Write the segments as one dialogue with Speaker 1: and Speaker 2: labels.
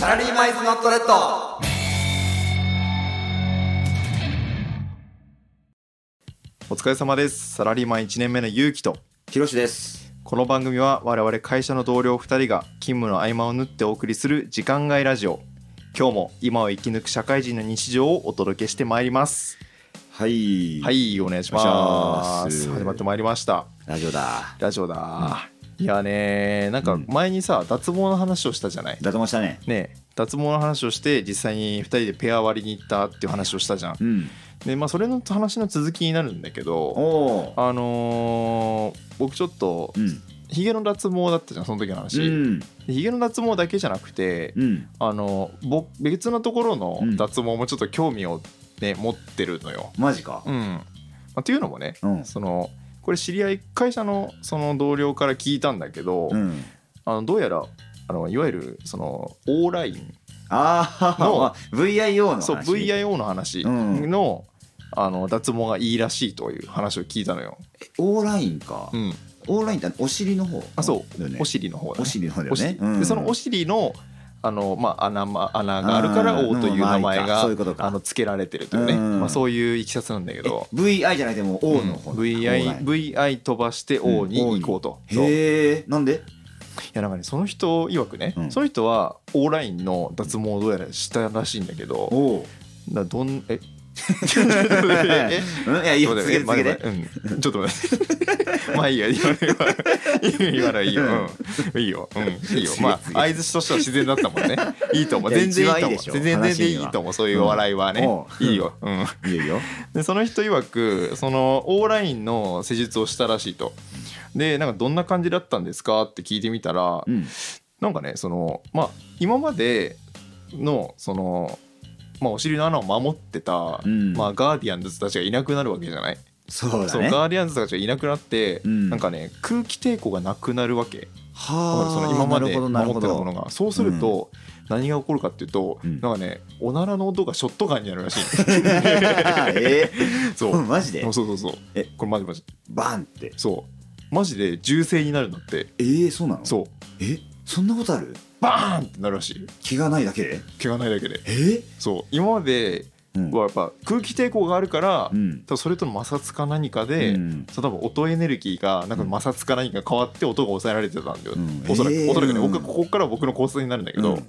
Speaker 1: サラリーマイズノットレッド
Speaker 2: お疲れ様です。サラリーマン1年目のゆうきと。
Speaker 1: ひろしです
Speaker 2: この番組は我々会社の同僚2人が勤務の合間を縫ってお送りする時間外ラジオ。今日も今を生き抜く社会人の日常をお届けしてまいります。
Speaker 1: はい
Speaker 2: はい、お願いしま
Speaker 1: お願い
Speaker 2: す。
Speaker 1: します
Speaker 2: 始まってまいりました。
Speaker 1: ラジオだ
Speaker 2: ラジオだ。いやね、なんか
Speaker 1: うん
Speaker 2: 前にさ、脱毛の話をしたじゃない。
Speaker 1: だとましたね
Speaker 2: ね、脱毛の話をして実際に2人でペア割りに行ったっていう話をしたじゃん。
Speaker 1: うん
Speaker 2: で、まあそれの話の続きになるんだけど、
Speaker 1: おー
Speaker 2: あのー僕ちょっと
Speaker 1: うん
Speaker 2: ヒゲの脱毛だったじゃんその時の
Speaker 1: う
Speaker 2: 話、
Speaker 1: ん
Speaker 2: でヒゲの脱毛だけじゃなくて、
Speaker 1: うん
Speaker 2: あのぼ別のところの
Speaker 1: うん
Speaker 2: 脱毛もちょっと興味を、ね、持ってるのよ。
Speaker 1: マジか
Speaker 2: うんまあ、というのもね
Speaker 1: うん
Speaker 2: そのこれ知り合い会社のその同僚から聞いたんだけど、
Speaker 1: うん
Speaker 2: あのどうやらあのいわゆるその O ライン
Speaker 1: あ
Speaker 2: の
Speaker 1: あ VIO の話
Speaker 2: そう VIO の話
Speaker 1: うん
Speaker 2: の,、あの脱毛がいいらしいという話を聞いたのよ。
Speaker 1: O ラインか
Speaker 2: うん、
Speaker 1: O ラインってお尻の方
Speaker 2: あそう
Speaker 1: だよね
Speaker 2: お尻の方だ、ね
Speaker 1: お、尻の方だ
Speaker 2: お
Speaker 1: よ
Speaker 2: 尻
Speaker 1: ね
Speaker 2: でそのお
Speaker 1: 尻
Speaker 2: 尻のあの、まあ、穴ま穴があるから
Speaker 1: うん
Speaker 2: O という名前
Speaker 1: うんまあいいか
Speaker 2: が
Speaker 1: そういうことか
Speaker 2: あの付けられてるというね、
Speaker 1: うん
Speaker 2: まあ、そういういきさつなんだけど、
Speaker 1: VI じゃなくてもう O の方
Speaker 2: うん
Speaker 1: だ
Speaker 2: VI, VI 飛ばして O に
Speaker 1: うん O
Speaker 2: 行
Speaker 1: に
Speaker 2: こうと。そうい
Speaker 1: へえんで
Speaker 2: やなんかねその人曰くね、
Speaker 1: うん
Speaker 2: その人は O ラインの脱毛をどうやらしたらしいんだけど、
Speaker 1: おお
Speaker 2: だどんえ え
Speaker 1: うんいやいい
Speaker 2: ち
Speaker 1: よ
Speaker 2: ょっと
Speaker 1: 続
Speaker 2: 待
Speaker 1: け
Speaker 2: っ
Speaker 1: て
Speaker 2: て
Speaker 1: 続けて
Speaker 2: うんちょっと待って。まあいいや、今の今のはいいよ。 うんいいよ。うんいいよ。まあ、相づちとしては自然だったもんね。いいと思う。
Speaker 1: いや
Speaker 2: 全然いいと思
Speaker 1: 一番
Speaker 2: う。
Speaker 1: いいでしょ
Speaker 2: 全然全然いいと思う。そういう笑いはね。
Speaker 1: うん
Speaker 2: いいよ。うん。
Speaker 1: いいよいいよ
Speaker 2: で、その人曰く、その、オーラインの施術をしたらしいと。で、なんか、どんな感じだったんですかって聞いてみたら
Speaker 1: う、ん
Speaker 2: なんかね、その、まあ、今までの、その、まあ、お尻の穴を守ってた、
Speaker 1: うん
Speaker 2: まあ、ガーディアンズたちがいなくなるわけじゃない
Speaker 1: そうだ
Speaker 2: そう
Speaker 1: ね
Speaker 2: ガーディアンズたちがいなくなって、
Speaker 1: うん
Speaker 2: なんかね空気抵抗がなくなるわけ
Speaker 1: はあ
Speaker 2: その今まで
Speaker 1: なる
Speaker 2: 守っ
Speaker 1: ほ
Speaker 2: てた
Speaker 1: どな
Speaker 2: もの
Speaker 1: るほ
Speaker 2: がそうすると、何が起こるかっていうと、
Speaker 1: うん
Speaker 2: なんかねおならの音がショットガンになるらしい
Speaker 1: ど え
Speaker 2: そう
Speaker 1: ーマジで
Speaker 2: そうそうそう
Speaker 1: え
Speaker 2: これマジマジ
Speaker 1: バンって
Speaker 2: そうマジで銃声になるんだって
Speaker 1: えー、そうなの
Speaker 2: そう
Speaker 1: えそんなことある
Speaker 2: バーンってなるらしい
Speaker 1: 気がないだけで
Speaker 2: 怪我ないだけで
Speaker 1: えー
Speaker 2: そう今まで
Speaker 1: うん
Speaker 2: はやっぱ空気抵抗があるから、
Speaker 1: うん
Speaker 2: 多分それとの摩擦か何かで、
Speaker 1: うん
Speaker 2: そう多分音エネルギーがなんか摩擦か何か変わって音が抑えられてたんだよ、
Speaker 1: うん
Speaker 2: おそらく、
Speaker 1: えー
Speaker 2: おそらくね、
Speaker 1: うん
Speaker 2: 僕ここから僕の構成になるんだけど、
Speaker 1: うん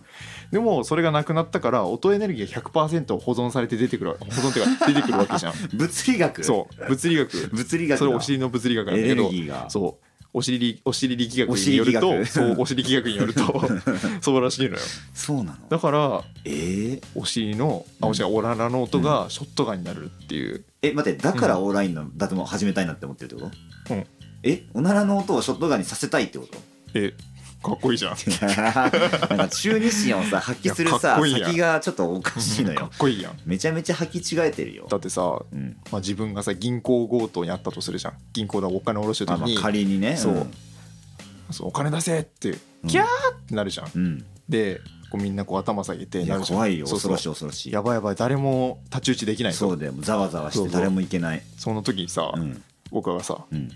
Speaker 2: でもそれがなくなったから音エネルギーが100%保存されて出てくる保存ってい うか出てくるわけじゃん
Speaker 1: 物理学
Speaker 2: そう物理学
Speaker 1: 物理学だ
Speaker 2: それお尻の物理学なん
Speaker 1: エ
Speaker 2: だ
Speaker 1: ネ
Speaker 2: け
Speaker 1: ル
Speaker 2: ど
Speaker 1: ギーが
Speaker 2: そうお尻お尻力学による
Speaker 1: お尻力
Speaker 2: と
Speaker 1: 学
Speaker 2: そうお尻力学によ るとそうらしいのよ
Speaker 1: そうなの
Speaker 2: だから
Speaker 1: えー、
Speaker 2: お尻のあお尻おららの音がショットガンになるっていう、
Speaker 1: え待ってだからオーラインの脱毛始めたいなって思ってるってこと
Speaker 2: うん
Speaker 1: えおならの音をショットガンにさせたいってこと
Speaker 2: えかっこいいじゃん
Speaker 1: なんか中二心をさ発揮する
Speaker 2: いやかっ
Speaker 1: さ
Speaker 2: こいいやん
Speaker 1: 先がちょっとおかし いの
Speaker 2: かっ
Speaker 1: よ
Speaker 2: こいいやん
Speaker 1: めちゃめちゃ履き違えてるよ
Speaker 2: だってさ、
Speaker 1: うん
Speaker 2: まあ、自分がさ銀行強盗にあったとするじゃん銀行でお金下ろして
Speaker 1: まあ
Speaker 2: る時
Speaker 1: まあ
Speaker 2: に、
Speaker 1: 仮にね
Speaker 2: そうそうお金出せって
Speaker 1: うん
Speaker 2: キャーってなるじゃん、
Speaker 1: うん
Speaker 2: でこうみんなこう頭下げて
Speaker 1: い
Speaker 2: な
Speaker 1: や
Speaker 2: るじゃん
Speaker 1: 怖いよ
Speaker 2: そう
Speaker 1: 恐
Speaker 2: そう
Speaker 1: ろしい恐ろしい
Speaker 2: やばいやばい誰も太刀打ちできないと
Speaker 1: そ
Speaker 2: そう
Speaker 1: だよざわざわし
Speaker 2: そう
Speaker 1: て
Speaker 2: そう
Speaker 1: 誰も行けない
Speaker 2: の時にさ、
Speaker 1: うん
Speaker 2: 僕らがさ
Speaker 1: うん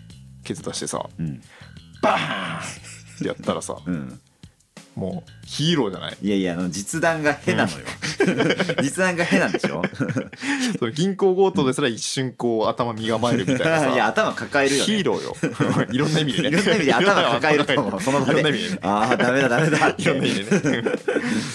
Speaker 2: ケツ出してさ
Speaker 1: うん
Speaker 2: バーンってやったらさ
Speaker 1: うん
Speaker 2: もうヒーローじゃない
Speaker 1: いやいやあの実弾がへなのよ 実弾がへなんでしょ
Speaker 2: その銀行強盗ですら一瞬こう頭身構えるみたい
Speaker 1: い
Speaker 2: なさ
Speaker 1: や頭抱えるよ
Speaker 2: ヒ
Speaker 1: ね
Speaker 2: ーローよ いろんな意味でね
Speaker 1: いろんな意味で頭抱える と思うその場で
Speaker 2: いろんな意味でね
Speaker 1: ああダメだダメだっ
Speaker 2: いろんな意
Speaker 1: て
Speaker 2: 味で ね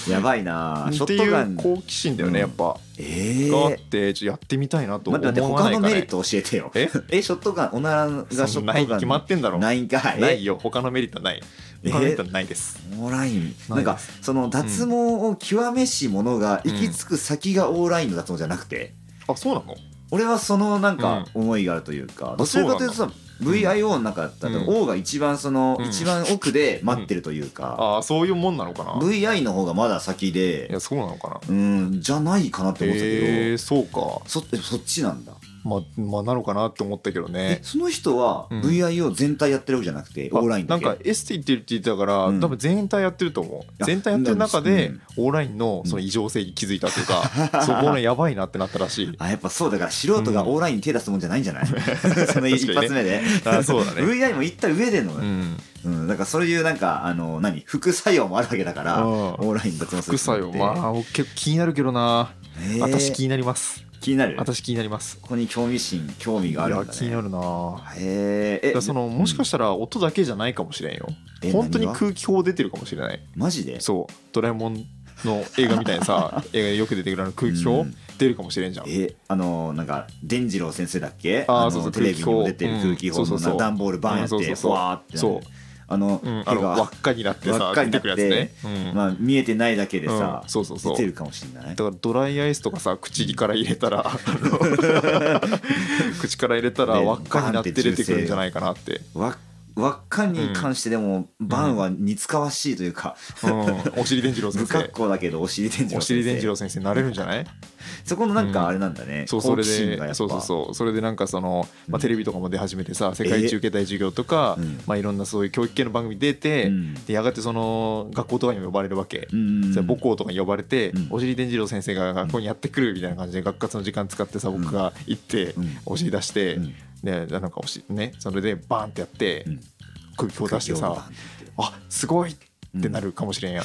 Speaker 1: やばいなショ
Speaker 2: って
Speaker 1: ットガ
Speaker 2: いう
Speaker 1: ン
Speaker 2: 好奇心だよねやっぱ、
Speaker 1: え
Speaker 2: があ
Speaker 1: ー
Speaker 2: ってちょっとやってみたいなと
Speaker 1: 待
Speaker 2: 思
Speaker 1: っ
Speaker 2: わ
Speaker 1: て
Speaker 2: な
Speaker 1: 待って他の
Speaker 2: いか、ね、
Speaker 1: メリット教えてよ
Speaker 2: え
Speaker 1: ショットガンおならがショ
Speaker 2: そ
Speaker 1: ット
Speaker 2: んな
Speaker 1: ガ
Speaker 2: な
Speaker 1: ン
Speaker 2: い決まってんだろ
Speaker 1: ないんかい
Speaker 2: ないよ他のメリットはない
Speaker 1: え
Speaker 2: 他のメリットはないです、
Speaker 1: オーライン
Speaker 2: な
Speaker 1: ないんかその脱毛を極めし者が行き着く先がオーラインの脱毛じゃなくて、
Speaker 2: あそうなの
Speaker 1: 俺はそのなんか思いがあるというか、どちらかというとさ
Speaker 2: んだ
Speaker 1: VIO の中だったら
Speaker 2: うん
Speaker 1: O が一番その、
Speaker 2: うん
Speaker 1: 一番奥で待ってるというか、
Speaker 2: ああそういうもんなのかな、い
Speaker 1: VI の方がまだ先で
Speaker 2: やそうなのかな
Speaker 1: うんじゃないかなって思ってたけど、
Speaker 2: えー、そうか
Speaker 1: そえそっちなんだ、
Speaker 2: まあまあなのかなって思ったけど
Speaker 1: え
Speaker 2: ね
Speaker 1: その人は
Speaker 2: うん
Speaker 1: VIO 全体やってるわけじゃなくて、オーライン
Speaker 2: あな
Speaker 1: だ
Speaker 2: ん
Speaker 1: け
Speaker 2: かエステ行ってるって言ってたから、
Speaker 1: うん
Speaker 2: 多分全体やってると思う
Speaker 1: や
Speaker 2: 全体やってる中で、
Speaker 1: うん
Speaker 2: オーラインのその異常性に気づいたというか、 そこのやばいなってなったらしい
Speaker 1: あやっぱそうだから素人がオー ラインに手出すもんじゃないんじゃない、その
Speaker 2: 確かにね
Speaker 1: 一発目で、
Speaker 2: あそうだね
Speaker 1: VI も行った上での、
Speaker 2: うん
Speaker 1: うん、なんかそういうなんかあの何副作用もあるわけだから、
Speaker 2: うん
Speaker 1: オンライン脱毛する
Speaker 2: 副作用まあ結構気になるけど
Speaker 1: あ
Speaker 2: な、私
Speaker 1: 私
Speaker 2: 気
Speaker 1: 気
Speaker 2: になります
Speaker 1: になるこ
Speaker 2: 私気になります
Speaker 1: こに興味心興味があるん
Speaker 2: いや
Speaker 1: だ
Speaker 2: 気に
Speaker 1: ね
Speaker 2: なるな
Speaker 1: へー
Speaker 2: だからそのもしか
Speaker 1: し
Speaker 2: したら音だけじゃないかもしれんよ
Speaker 1: え
Speaker 2: 本当に
Speaker 1: 何が
Speaker 2: 空気砲出てるかもしれない
Speaker 1: マジで
Speaker 2: そうドラえもんの映画みたいに さ映画でよく出てくるあの空気砲、
Speaker 1: うん
Speaker 2: 出るかもしれんじゃん
Speaker 1: えあのなんか伝次郎先生だっけ
Speaker 2: あー
Speaker 1: の
Speaker 2: そうそう
Speaker 1: テレビにも出てる
Speaker 2: 空
Speaker 1: 空
Speaker 2: 気
Speaker 1: 気
Speaker 2: 砲
Speaker 1: 砲
Speaker 2: うんそうそうそう
Speaker 1: の段ボールバンやっ
Speaker 2: うんそうそ
Speaker 1: て
Speaker 2: うそう
Speaker 1: ふわーってなる
Speaker 2: そう
Speaker 1: あの
Speaker 2: うん、あ
Speaker 1: 手
Speaker 2: の輪っ
Speaker 1: が
Speaker 2: かになって
Speaker 1: 輪
Speaker 2: さ
Speaker 1: っか
Speaker 2: 出
Speaker 1: に
Speaker 2: て
Speaker 1: なっ
Speaker 2: く
Speaker 1: て
Speaker 2: るやつね、うん
Speaker 1: まあ見えてないだけでさ
Speaker 2: うんそうそうそう
Speaker 1: 出てるかもしれない
Speaker 2: だからドライアイスとかさ口から入れたらあの 口から入れたら
Speaker 1: ね
Speaker 2: 輪っかになって出てくるんじゃないかなって、
Speaker 1: わ輪っかに関してでもバンは似つかわしいというか
Speaker 2: うん、お尻伝次郎
Speaker 1: 不
Speaker 2: 先
Speaker 1: 格
Speaker 2: 生
Speaker 1: 好だけどお尻伝次郎
Speaker 2: お尻伝
Speaker 1: 先
Speaker 2: 次
Speaker 1: 生
Speaker 2: 郎先生なれるんじゃない
Speaker 1: そこのなんかあれなんだね
Speaker 2: そうそ
Speaker 1: 好
Speaker 2: れ
Speaker 1: 奇心
Speaker 2: で
Speaker 1: がやっぱ
Speaker 2: そうそうそうそれでなんかその、
Speaker 1: う
Speaker 2: まあ、
Speaker 1: ん
Speaker 2: テレビとかも出始めてさ世界一受けたい授業とか、
Speaker 1: うん
Speaker 2: まあ、いろんなそういう教育系の番組出て、
Speaker 1: うん
Speaker 2: でやがてその学校とかにも呼ばれるわけ、
Speaker 1: うん
Speaker 2: それ母校とかに呼ばれて、
Speaker 1: うん
Speaker 2: お尻伝次郎先生が学校にやってくるみたいな感じで学活の時間使ってさ
Speaker 1: うん
Speaker 2: 僕が行って、
Speaker 1: うん
Speaker 2: お尻出して、
Speaker 1: うん
Speaker 2: でなんかおしねそれでバーンってやって、
Speaker 1: うん
Speaker 2: 空気を出して
Speaker 1: 空気をバ
Speaker 2: さ
Speaker 1: ンって言って
Speaker 2: あすごいってなるかもしれんやん、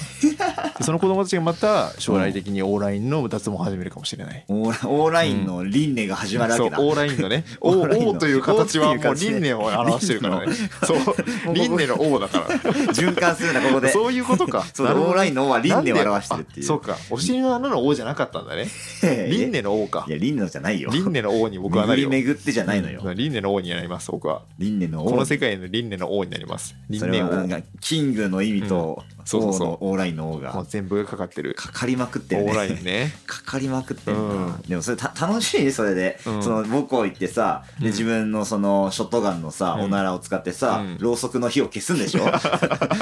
Speaker 2: でその子供たちがまた将来的にオーラインの脱毛を始めるかもしれない。
Speaker 1: オーラオーラインの輪廻が始まるわ
Speaker 2: そう
Speaker 1: け
Speaker 2: オ
Speaker 1: だ
Speaker 2: ーラインのね
Speaker 1: オーラインの
Speaker 2: O, o という形は
Speaker 1: O という
Speaker 2: もう
Speaker 1: 形ね
Speaker 2: 輪廻を表してるから ねそう輪廻の O だか
Speaker 1: 循環するんだここ
Speaker 2: ら
Speaker 1: で
Speaker 2: そういうことか
Speaker 1: そう
Speaker 2: なるほど
Speaker 1: オーラインの O は輪廻を表してるっていう
Speaker 2: あそうかお尻の穴の O じゃなかったんだね輪廻の O か
Speaker 1: いや、輪廻のじゃないよ。
Speaker 2: 輪廻の O に僕はな
Speaker 1: 巡
Speaker 2: る
Speaker 1: り
Speaker 2: よ
Speaker 1: 巡ってじゃないのよ。
Speaker 2: うん輪廻の O になります僕は
Speaker 1: 輪廻の
Speaker 2: この
Speaker 1: 王。
Speaker 2: 世界の輪廻の O になります輪
Speaker 1: それ
Speaker 2: 廻
Speaker 1: はなん
Speaker 2: 王
Speaker 1: か、キングの意味と、
Speaker 2: うんそうそう
Speaker 1: 王
Speaker 2: そう
Speaker 1: のオーラインの王
Speaker 2: も
Speaker 1: が
Speaker 2: う、全部がかかってる
Speaker 1: かかりまくっ
Speaker 2: オ
Speaker 1: てる
Speaker 2: ーライ
Speaker 1: ね。
Speaker 2: ンね
Speaker 1: かかりまくってるな
Speaker 2: うん。
Speaker 1: でもそれた楽しいね、それで。
Speaker 2: う
Speaker 1: その
Speaker 2: ん
Speaker 1: 母校行ってさ、
Speaker 2: うん
Speaker 1: で自分のそのショットガンのさ、
Speaker 2: うん
Speaker 1: おならを使ってさ
Speaker 2: うん、
Speaker 1: ろうそくの火を消すん でしょ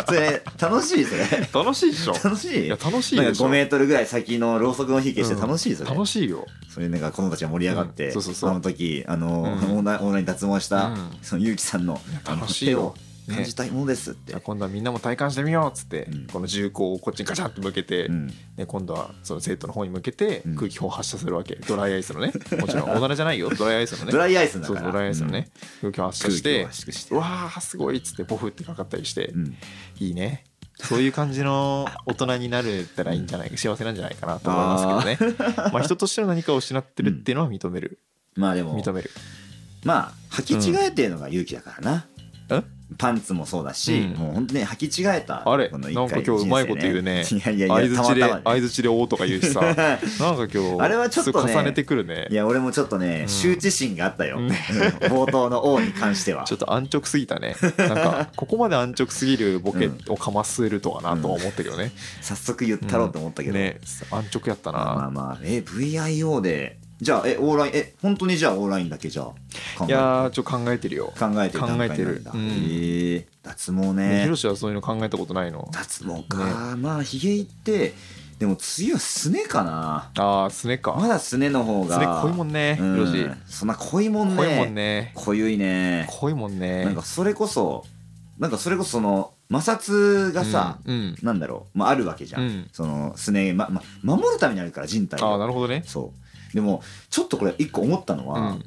Speaker 1: それ、楽しい、それ。
Speaker 2: 楽しいでし ょ
Speaker 1: 楽しい
Speaker 2: いや楽しい
Speaker 1: なん
Speaker 2: で
Speaker 1: か
Speaker 2: しょ
Speaker 1: 5メートルぐらい先のろうそくの火消して楽しい、それ。
Speaker 2: 楽しいよ
Speaker 1: それなんか子供たちが盛り上がって、
Speaker 2: うんそうそうそう
Speaker 1: あの時あの、
Speaker 2: うん
Speaker 1: オンラインオンライン脱毛した、
Speaker 2: うん
Speaker 1: そのゆうきさんのあの
Speaker 2: 楽しいよ
Speaker 1: 手を感じたいものですって、
Speaker 2: じゃあ今度はみんなも体感してみようっつって、
Speaker 1: うん
Speaker 2: この銃口をこっちにガチャンと向けて、
Speaker 1: うん、
Speaker 2: ね、今度はその生徒の方に向けて
Speaker 1: うん
Speaker 2: 空気砲を発射するわけ、ドライアイスのね もちろんおならじゃないよドライアイスのね
Speaker 1: ドライアイスだ
Speaker 2: そ
Speaker 1: から
Speaker 2: うそうドライアイスのね、空気を発
Speaker 1: うん空
Speaker 2: 射
Speaker 1: 気
Speaker 2: して
Speaker 1: を圧縮して
Speaker 2: うわーすごいっつってボフってかかったりして、
Speaker 1: うん、
Speaker 2: いいねそういう感じの大人になれたらいいんじゃないか幸せなんじゃないかなと思いますけどね まあ人としての何かを失ってるっていうのは認める、
Speaker 1: まあでも
Speaker 2: 認める
Speaker 1: まあ履き違えてるのが勇気だからな、
Speaker 2: え
Speaker 1: パンツもそうだし、
Speaker 2: うん
Speaker 1: もう本当に履き違えた
Speaker 2: あれ
Speaker 1: この
Speaker 2: なんか
Speaker 1: 一回
Speaker 2: 今日うまいこと言うね
Speaker 1: 人生いやいや
Speaker 2: 相
Speaker 1: いやたま
Speaker 2: 槌で
Speaker 1: たまね
Speaker 2: 相槌で「お」とか言うし さなんか今日
Speaker 1: あれはちょっとね
Speaker 2: すごい重ねてくるね
Speaker 1: いや俺もちょっとね、
Speaker 2: うん
Speaker 1: 羞恥心があったよ、
Speaker 2: ね
Speaker 1: うん 冒頭の王に関しては
Speaker 2: ちょっと安直すぎたね。なん か、ここまで安直すぎるボケをかまするとはなとは思ったけどね。
Speaker 1: 早速言ったろうと思ったけど、
Speaker 2: ね、安直やった
Speaker 1: まあま
Speaker 2: な。
Speaker 1: あまあ、え、VIO で、じゃあ、え、オーライン、え、本当にじゃあオーラインだけじゃあ考え
Speaker 2: いやー、ちょっと考えてるよ。
Speaker 1: 考えてる段階なんだ。
Speaker 2: 考えてるうん
Speaker 1: へえ脱毛
Speaker 2: ね
Speaker 1: ね
Speaker 2: ヒロ。シはそういうの考えたことないの。
Speaker 1: 脱毛か。まあ、ひげいって、でも次はすねかな。
Speaker 2: あー、すね
Speaker 1: ま
Speaker 2: か。
Speaker 1: だすねの方が。
Speaker 2: すね濃いもんね、ヒロシ
Speaker 1: う。んそんな濃いもん
Speaker 2: 濃いも
Speaker 1: ね。
Speaker 2: んね。
Speaker 1: 濃ゆいね。
Speaker 2: 濃いもんね。
Speaker 1: なんかそれこそ、なんかそれこそその、摩擦がさ、
Speaker 2: うんうん。
Speaker 1: なんだろう、まああるわけじゃ
Speaker 2: うんん。
Speaker 1: その、すね、ま、ま、守るためにあるから、人体
Speaker 2: あー、
Speaker 1: を。
Speaker 2: なるほどね。
Speaker 1: そう。でも、ちょっとこれ一個思ったの
Speaker 2: う
Speaker 1: は、
Speaker 2: ん。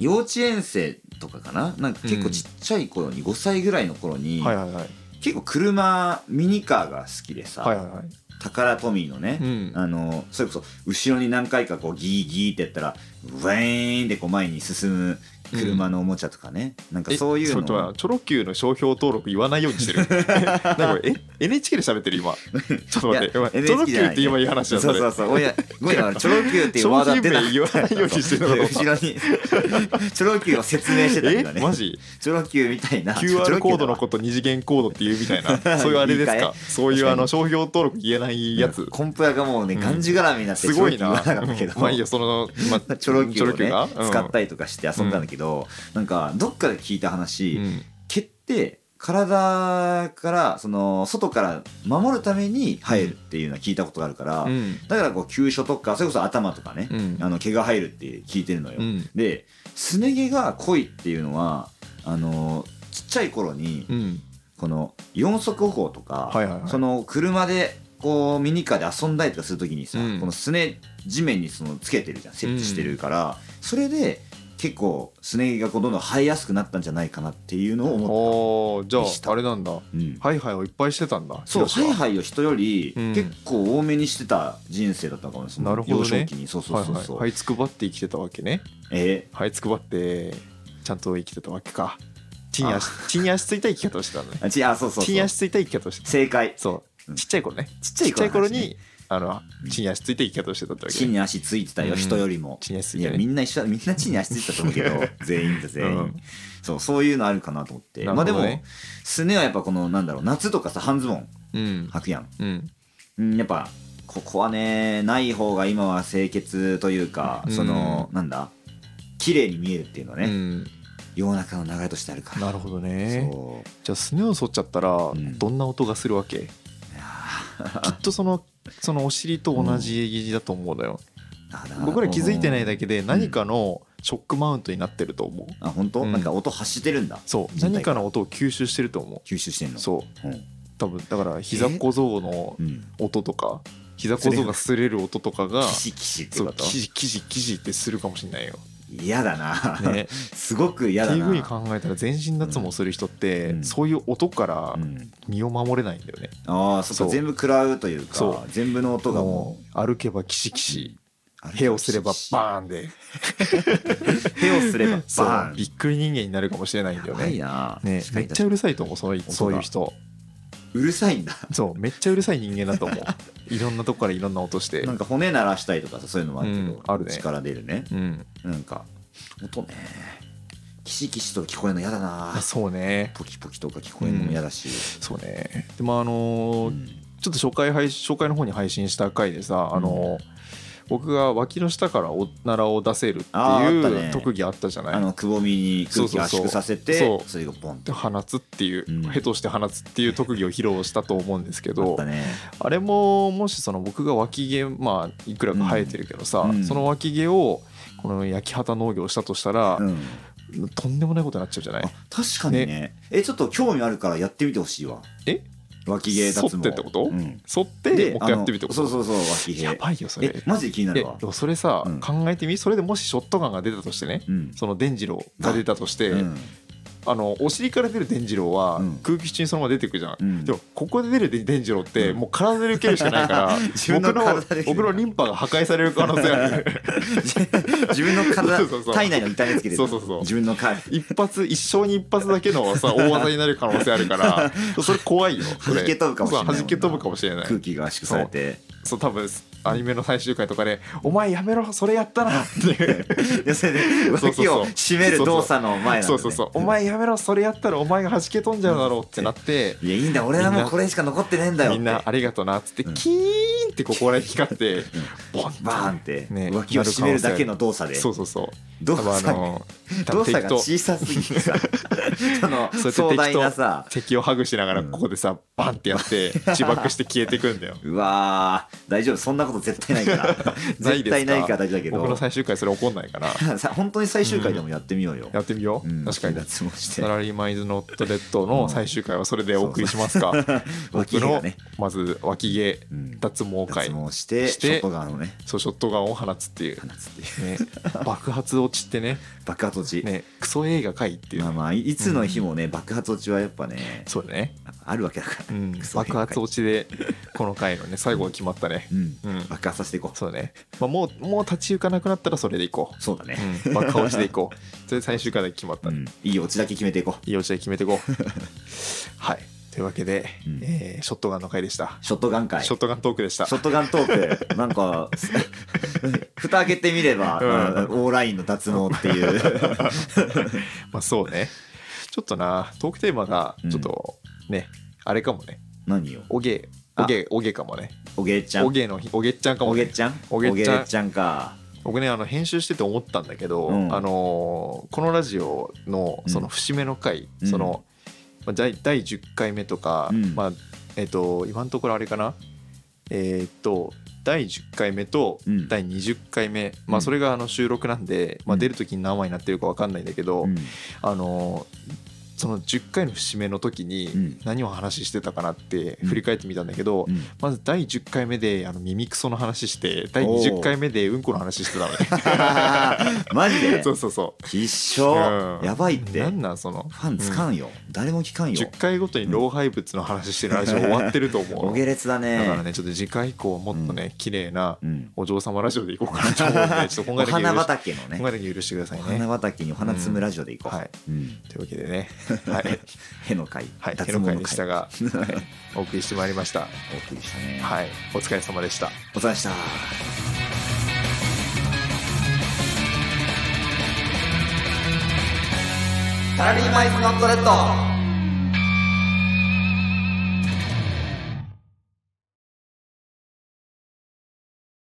Speaker 1: 幼稚園生とかかななんか結構ちっちゃい頃に、5歳ぐらいの頃に、
Speaker 2: はいはいはい。
Speaker 1: 結構車ミニカーが好きでさ、
Speaker 2: はいはいはい。
Speaker 1: タカラトミーのね、
Speaker 2: うん
Speaker 1: あのそれこそ後ろに何回かこうギーギーってやったらウェーンってこう前に進む車のおもちゃとかね、なんか
Speaker 2: え
Speaker 1: そういう
Speaker 2: ちょっと
Speaker 1: の
Speaker 2: 待ってチョロ Q の商標登録言わないようにし てる。なんかえ NHK で喋ってる今。ちょっと待って。
Speaker 1: いや
Speaker 2: 今チョロ
Speaker 1: NHK じゃ
Speaker 2: Q
Speaker 1: ない
Speaker 2: って今いい話
Speaker 1: そ
Speaker 2: だ
Speaker 1: う
Speaker 2: そ
Speaker 1: そ
Speaker 2: れ
Speaker 1: うそう。おや、ごめん な、チョロ Q っていうワードは出なかっ
Speaker 2: 商品名言わないようにしてるの
Speaker 1: た
Speaker 2: かと思った
Speaker 1: 後ろに、チョロ Q を説明してたんだ
Speaker 2: え
Speaker 1: ね。
Speaker 2: マジ
Speaker 1: チョロ Q みたいな。チョ
Speaker 2: QR
Speaker 1: ロ Q
Speaker 2: コード
Speaker 1: だ
Speaker 2: の
Speaker 1: わ
Speaker 2: こと二次元コードっていうみたいなそういうあれです
Speaker 1: いい
Speaker 2: か
Speaker 1: か
Speaker 2: そういう
Speaker 1: 確かに
Speaker 2: あの商標登録言えないやつ
Speaker 1: コンプラがもうね、
Speaker 2: うん
Speaker 1: がんじがらみになって
Speaker 2: すごい
Speaker 1: チョロ
Speaker 2: な
Speaker 1: キュー言わなかったけど、
Speaker 2: まあいい よそのまあ
Speaker 1: チョロキューをね
Speaker 2: がうん
Speaker 1: 使ったりとかして遊んだんだけど、なんかどっかで聞いた話、
Speaker 2: うん
Speaker 1: 毛って体からその外から守るために生えるっていうのは聞いたことがあるから、
Speaker 2: うん
Speaker 1: だからこう急所とかそれこそ頭とかね、
Speaker 2: うん
Speaker 1: あの毛が生えるって聞いてるのよ、
Speaker 2: うん
Speaker 1: ですね毛が濃いっていうのはあのちっちゃい頃に
Speaker 2: うん
Speaker 1: この四足歩行とか、
Speaker 2: はいはいはい
Speaker 1: その車でこうミニカーで遊んだりとかするときにさ、
Speaker 2: うん
Speaker 1: このすね地面にそのつけてるじゃん設置してるから、それで毛結構スネ毛がこうどんどん生えやすくなったんじゃないかなっていうのを思っ
Speaker 2: おーじゃ
Speaker 1: でした
Speaker 2: ああれなんだ
Speaker 1: た、うん
Speaker 2: ハイハイをいっぱいしてたんだ
Speaker 1: そうハ
Speaker 2: ヒロシ
Speaker 1: イ
Speaker 2: は
Speaker 1: ハイを人より
Speaker 2: うん
Speaker 1: 結構多めにしてた人生だったのかもしれない
Speaker 2: なるほどね
Speaker 1: 幼少期にそうそうそうそう、
Speaker 2: はいはい、はいつくばって生きてたわけね
Speaker 1: え
Speaker 2: はいつくばってちゃんと生きてたわけか地に足地に足ついた生き方をしてたのね
Speaker 1: ーあちあそう そう
Speaker 2: 地
Speaker 1: そ
Speaker 2: に
Speaker 1: う
Speaker 2: 足ついた生き方をしてた
Speaker 1: 正解
Speaker 2: そう、
Speaker 1: うん
Speaker 2: ちっちゃい頃ね
Speaker 1: ちっ
Speaker 2: ちっちゃい頃
Speaker 1: の話ね
Speaker 2: にあの地に足ついて生き方をしてたってわけ
Speaker 1: 地
Speaker 2: ね
Speaker 1: に足ついてたよ、
Speaker 2: うん
Speaker 1: 人よりも
Speaker 2: 地に足つい
Speaker 1: い
Speaker 2: て
Speaker 1: や
Speaker 2: ね
Speaker 1: みんな一緒だみんな地に足ついてたと思うけど 全員だ全員、
Speaker 2: うん
Speaker 1: そうそういうのあるかなと思って、
Speaker 2: なる
Speaker 1: まあ
Speaker 2: ほ
Speaker 1: で
Speaker 2: どね
Speaker 1: もすねはやっぱこのなんだろう夏とかさ半ズボン
Speaker 2: うん
Speaker 1: 履くやん、
Speaker 2: うん
Speaker 1: うん、やっぱここはねない方が今は清潔というか、
Speaker 2: うん
Speaker 1: そのなんだ綺麗に見えるっていうのは
Speaker 2: う
Speaker 1: ね、
Speaker 2: ん
Speaker 1: 世の中の流れとしてあるから
Speaker 2: なるほどね
Speaker 1: そう
Speaker 2: じゃあすねを剃っちゃったら
Speaker 1: ん
Speaker 2: どんな音がするわけ、き
Speaker 1: いや
Speaker 2: っとそのそのお尻と同じだと思うのよ、
Speaker 1: ー
Speaker 2: 僕ら気づいてないだけで
Speaker 1: ん
Speaker 2: 何かのショックマウントになってると思う、
Speaker 1: あ本当、
Speaker 2: うん
Speaker 1: なんか音発してるんだ
Speaker 2: そう
Speaker 1: 人体
Speaker 2: 何かの音を吸収してると思
Speaker 1: 吸収してん
Speaker 2: う
Speaker 1: の
Speaker 2: そう
Speaker 1: う
Speaker 2: 多分だから膝小僧の
Speaker 1: ん、うん、
Speaker 2: 音とか膝小僧が擦れる音と かが
Speaker 1: キシキシって
Speaker 2: そ
Speaker 1: こ
Speaker 2: う
Speaker 1: と
Speaker 2: キジキジキジってするかもしれないよ。
Speaker 1: 嫌だな、
Speaker 2: ね、
Speaker 1: すごく嫌
Speaker 2: って
Speaker 1: だ
Speaker 2: いう
Speaker 1: な
Speaker 2: ふうに考えたら全身脱毛する人って、
Speaker 1: うん
Speaker 2: そういう音から
Speaker 1: うん
Speaker 2: 身を守れないんだよね。
Speaker 1: ああそっ
Speaker 2: そ
Speaker 1: か
Speaker 2: う
Speaker 1: 全部食らうという
Speaker 2: そ
Speaker 1: か全部の音がも
Speaker 2: もう歩けばキシキシ
Speaker 1: う
Speaker 2: 屁を すれば
Speaker 1: ン
Speaker 2: バーンで
Speaker 1: 屁をすれば
Speaker 2: そう
Speaker 1: バーン
Speaker 2: びっくり人間になるかもしれないんだよ
Speaker 1: やばい
Speaker 2: ね。
Speaker 1: な
Speaker 2: ね
Speaker 1: 確か
Speaker 2: め
Speaker 1: に
Speaker 2: っちゃうるさいと思うそうい
Speaker 1: だ
Speaker 2: そういう人
Speaker 1: うるさいんだ
Speaker 2: そうめっちゃうるさい人間だと思う いろんなとこからいろんな音して
Speaker 1: なんか骨鳴らしたりとかさそういうのもあるけ
Speaker 2: うん
Speaker 1: ど
Speaker 2: あるね
Speaker 1: 力出るね
Speaker 2: うん
Speaker 1: なんか音ねキシキシと聞こえるの嫌だな
Speaker 2: あそうね
Speaker 1: ポキポキとか聞こえるのも嫌だし
Speaker 2: そうねでもあ
Speaker 1: う
Speaker 2: のー
Speaker 1: ん
Speaker 2: ちょっと初回配紹介の方に配信した回でさ、あの僕が脇の下からおならを出せるって
Speaker 1: あーあった
Speaker 2: い
Speaker 1: ね
Speaker 2: う特技あったじゃない、
Speaker 1: あのくぼみに空気を圧縮させて
Speaker 2: そうそうそう
Speaker 1: それがボン
Speaker 2: で
Speaker 1: と
Speaker 2: 放つっていう、
Speaker 1: うん
Speaker 2: ヘとして放つっていう特技を披露したと思うんですけ
Speaker 1: あ
Speaker 2: ど
Speaker 1: ったね
Speaker 2: あれももしその僕が脇毛まあいくらか生えてるけどさ、
Speaker 1: うん
Speaker 2: その脇毛をこの焼き畑農業したとしたら、
Speaker 1: うん
Speaker 2: とんでもないことになっちゃうじゃない
Speaker 1: あ確かにねえちょっと興味あるからやってみてほしいわ
Speaker 2: え
Speaker 1: 脇毛脱毛
Speaker 2: 剃ってってこと
Speaker 1: うん、
Speaker 2: 剃ってもう一回やってみて
Speaker 1: あのそうそうそう脇
Speaker 2: や
Speaker 1: 毛
Speaker 2: ばいよそれ
Speaker 1: えマジで気にな
Speaker 2: え
Speaker 1: る
Speaker 2: で
Speaker 1: わ
Speaker 2: もそれさ、
Speaker 1: うん
Speaker 2: 考えてみそれでもしショットガンが出たとしてね
Speaker 1: うん
Speaker 2: その伝次郎が出たとして、
Speaker 1: うん
Speaker 2: あのお尻から出る伝次郎は
Speaker 1: うん
Speaker 2: 空気中にそのまま出てくじゃん、
Speaker 1: うん
Speaker 2: でもここで出る伝次郎って
Speaker 1: うん
Speaker 2: もう体で受けるしかないから
Speaker 1: 自分の体で
Speaker 2: 僕の僕のリンパが破壊される可能性あ る
Speaker 1: 自分の体
Speaker 2: そうそうそう
Speaker 1: 体内の痛みつけてる
Speaker 2: そうそうそう
Speaker 1: 自分の体
Speaker 2: 一発一生に一発だけのさ大技になる可能性あるから それ怖いよそれ
Speaker 1: 弾け飛ぶかもしれないもんな
Speaker 2: そう弾け飛ぶかもしれない
Speaker 1: 空気が圧縮されて
Speaker 2: そう多分アニメの最終回とかで「お前やめろそれやったな」って
Speaker 1: でそれで
Speaker 2: そうそうそ
Speaker 1: 脇
Speaker 2: う
Speaker 1: を締める動作の前なんだ、ね、
Speaker 2: そうそうそう「お前やめろそれやったらお前が弾け飛んじゃうだろ」ってなって
Speaker 1: いやいいんだ俺は
Speaker 2: みん
Speaker 1: もう
Speaker 2: な
Speaker 1: これしか残ってねえんだよっ
Speaker 2: み
Speaker 1: て
Speaker 2: んなありがとうなっつって
Speaker 1: うん
Speaker 2: キーンってここら辺光ってボンって
Speaker 1: バーンって、
Speaker 2: ね
Speaker 1: 脇を締めるだけの動作で
Speaker 2: そうそうそう
Speaker 1: 動
Speaker 2: 多分あ
Speaker 1: 作が
Speaker 2: の多
Speaker 1: 動
Speaker 2: 分
Speaker 1: 作
Speaker 2: 敵
Speaker 1: が
Speaker 2: と
Speaker 1: 小さすぎてさ その
Speaker 2: そうやって
Speaker 1: 壮大
Speaker 2: 敵と
Speaker 1: なさ
Speaker 2: 敵をハグしながら
Speaker 1: うん
Speaker 2: ここでさバンってやって 自爆して消えてくんだよ
Speaker 1: うわー大丈夫そんなこと絶対ないから
Speaker 2: ない
Speaker 1: 絶
Speaker 2: ですか
Speaker 1: 対ないから大丈夫だけ
Speaker 2: 僕の
Speaker 1: ど
Speaker 2: 最終回それ怒んないから
Speaker 1: さ 本当に最終回でもやってみようよ、
Speaker 2: やってみよ
Speaker 1: うん
Speaker 2: う確かに
Speaker 1: 脱毛して
Speaker 2: サラリーマンイズノットレッドの最終回はそれでお送りしますか
Speaker 1: 脇
Speaker 2: 僕
Speaker 1: が
Speaker 2: の
Speaker 1: ね
Speaker 2: まず脇毛
Speaker 1: うん
Speaker 2: 脱毛
Speaker 1: 脱
Speaker 2: 会
Speaker 1: 毛して
Speaker 2: して
Speaker 1: ショットガンをね
Speaker 2: そうショットガンを放つっていう
Speaker 1: 放つ っていう
Speaker 2: ね爆発落ちってね
Speaker 1: 爆発落ち、
Speaker 2: ねクソ映画界っていう
Speaker 1: まあまあいいつの日もね、爆発落ちはやっぱね
Speaker 2: そうだね、
Speaker 1: あるわけだから、
Speaker 2: うん
Speaker 1: ク、ソ映画界
Speaker 2: 爆発落ちでこの回のね最後が決まったね
Speaker 1: うん
Speaker 2: うん
Speaker 1: 爆発させていこう
Speaker 2: そうね、まあ、もうもう立ち行かなくなったらそれでいこ
Speaker 1: そうだね
Speaker 2: う、、うん、爆発落ちでいこ うそれで最終回で決まった、
Speaker 1: うんいいオチだけ決めていこう
Speaker 2: いい落ちで決めていこう はいというわけで、
Speaker 1: うん
Speaker 2: えーショットガンの回でした、
Speaker 1: ショットガン会
Speaker 2: ショットガントークでした
Speaker 1: ショットガントーク、なん か、す蓋開けてみれば、
Speaker 2: うん
Speaker 1: まあオーラインの脱毛って いう。
Speaker 2: まあそうねちょっとなトークテーマがちょっとね、あれかもね
Speaker 1: 何よ。
Speaker 2: おげ
Speaker 1: あ
Speaker 2: おげおげかもね
Speaker 1: おげちゃん。
Speaker 2: おげの日おげっちゃんか
Speaker 1: お
Speaker 2: も、ね、
Speaker 1: げちゃん
Speaker 2: おげちゃん
Speaker 1: ちゃんか。
Speaker 2: 僕ねあの編集してて思ったんだけど、
Speaker 1: うん
Speaker 2: あのーこのラジオの
Speaker 1: うん
Speaker 2: その節目の回、
Speaker 1: うん
Speaker 2: そのまあ第第10回目とか、
Speaker 1: うん
Speaker 2: まあえっ、と今のところあれかなえっ、と第10回目と
Speaker 1: うん
Speaker 2: 第20回目、
Speaker 1: う
Speaker 2: まあ
Speaker 1: ん
Speaker 2: それがあの収録なんで、ま
Speaker 1: う
Speaker 2: あ、
Speaker 1: ん
Speaker 2: 出る時に何枚になってるか分かんないんだけど、
Speaker 1: うん
Speaker 2: あのーその10回の節目の時
Speaker 1: う
Speaker 2: に
Speaker 1: ん
Speaker 2: 何を話してたかなって
Speaker 1: うん
Speaker 2: 振り返ってみたんだけど、
Speaker 1: うん
Speaker 2: まず第10回目であの耳クソの話して第
Speaker 1: おー
Speaker 2: 20回目でうんこの話してたのね
Speaker 1: マジで
Speaker 2: そうそうそ
Speaker 1: 必
Speaker 2: う、
Speaker 1: 勝、
Speaker 2: うん、
Speaker 1: やばいって
Speaker 2: なん
Speaker 1: フ
Speaker 2: なんその
Speaker 1: ァンつかんよ、誰も聞かんよ
Speaker 2: 10回ごとに老廃物の話してるラジオ終わってると思
Speaker 1: お
Speaker 2: う
Speaker 1: 下劣だね
Speaker 2: だからねちょっと次回以降はもっとね、綺麗な
Speaker 1: うん、
Speaker 2: お嬢様ラジオでいこうかなと思う んでちょっと
Speaker 1: お
Speaker 2: 今回だけ許
Speaker 1: 花
Speaker 2: し
Speaker 1: 畑のね
Speaker 2: 今回だけ許してください
Speaker 1: お
Speaker 2: ね
Speaker 1: 花畑にお花摘むラジオでいこう、
Speaker 2: はい
Speaker 1: うん、
Speaker 2: というわけで ねはい
Speaker 1: への会、
Speaker 2: はい手
Speaker 1: 脱毛
Speaker 2: の
Speaker 1: の
Speaker 2: 会
Speaker 1: 会
Speaker 2: で したが、はいお送りしてまいりました
Speaker 1: お送りしたね、
Speaker 2: はいお疲れ様でした
Speaker 1: お疲れ様でした
Speaker 3: サラリーマイズノットレッド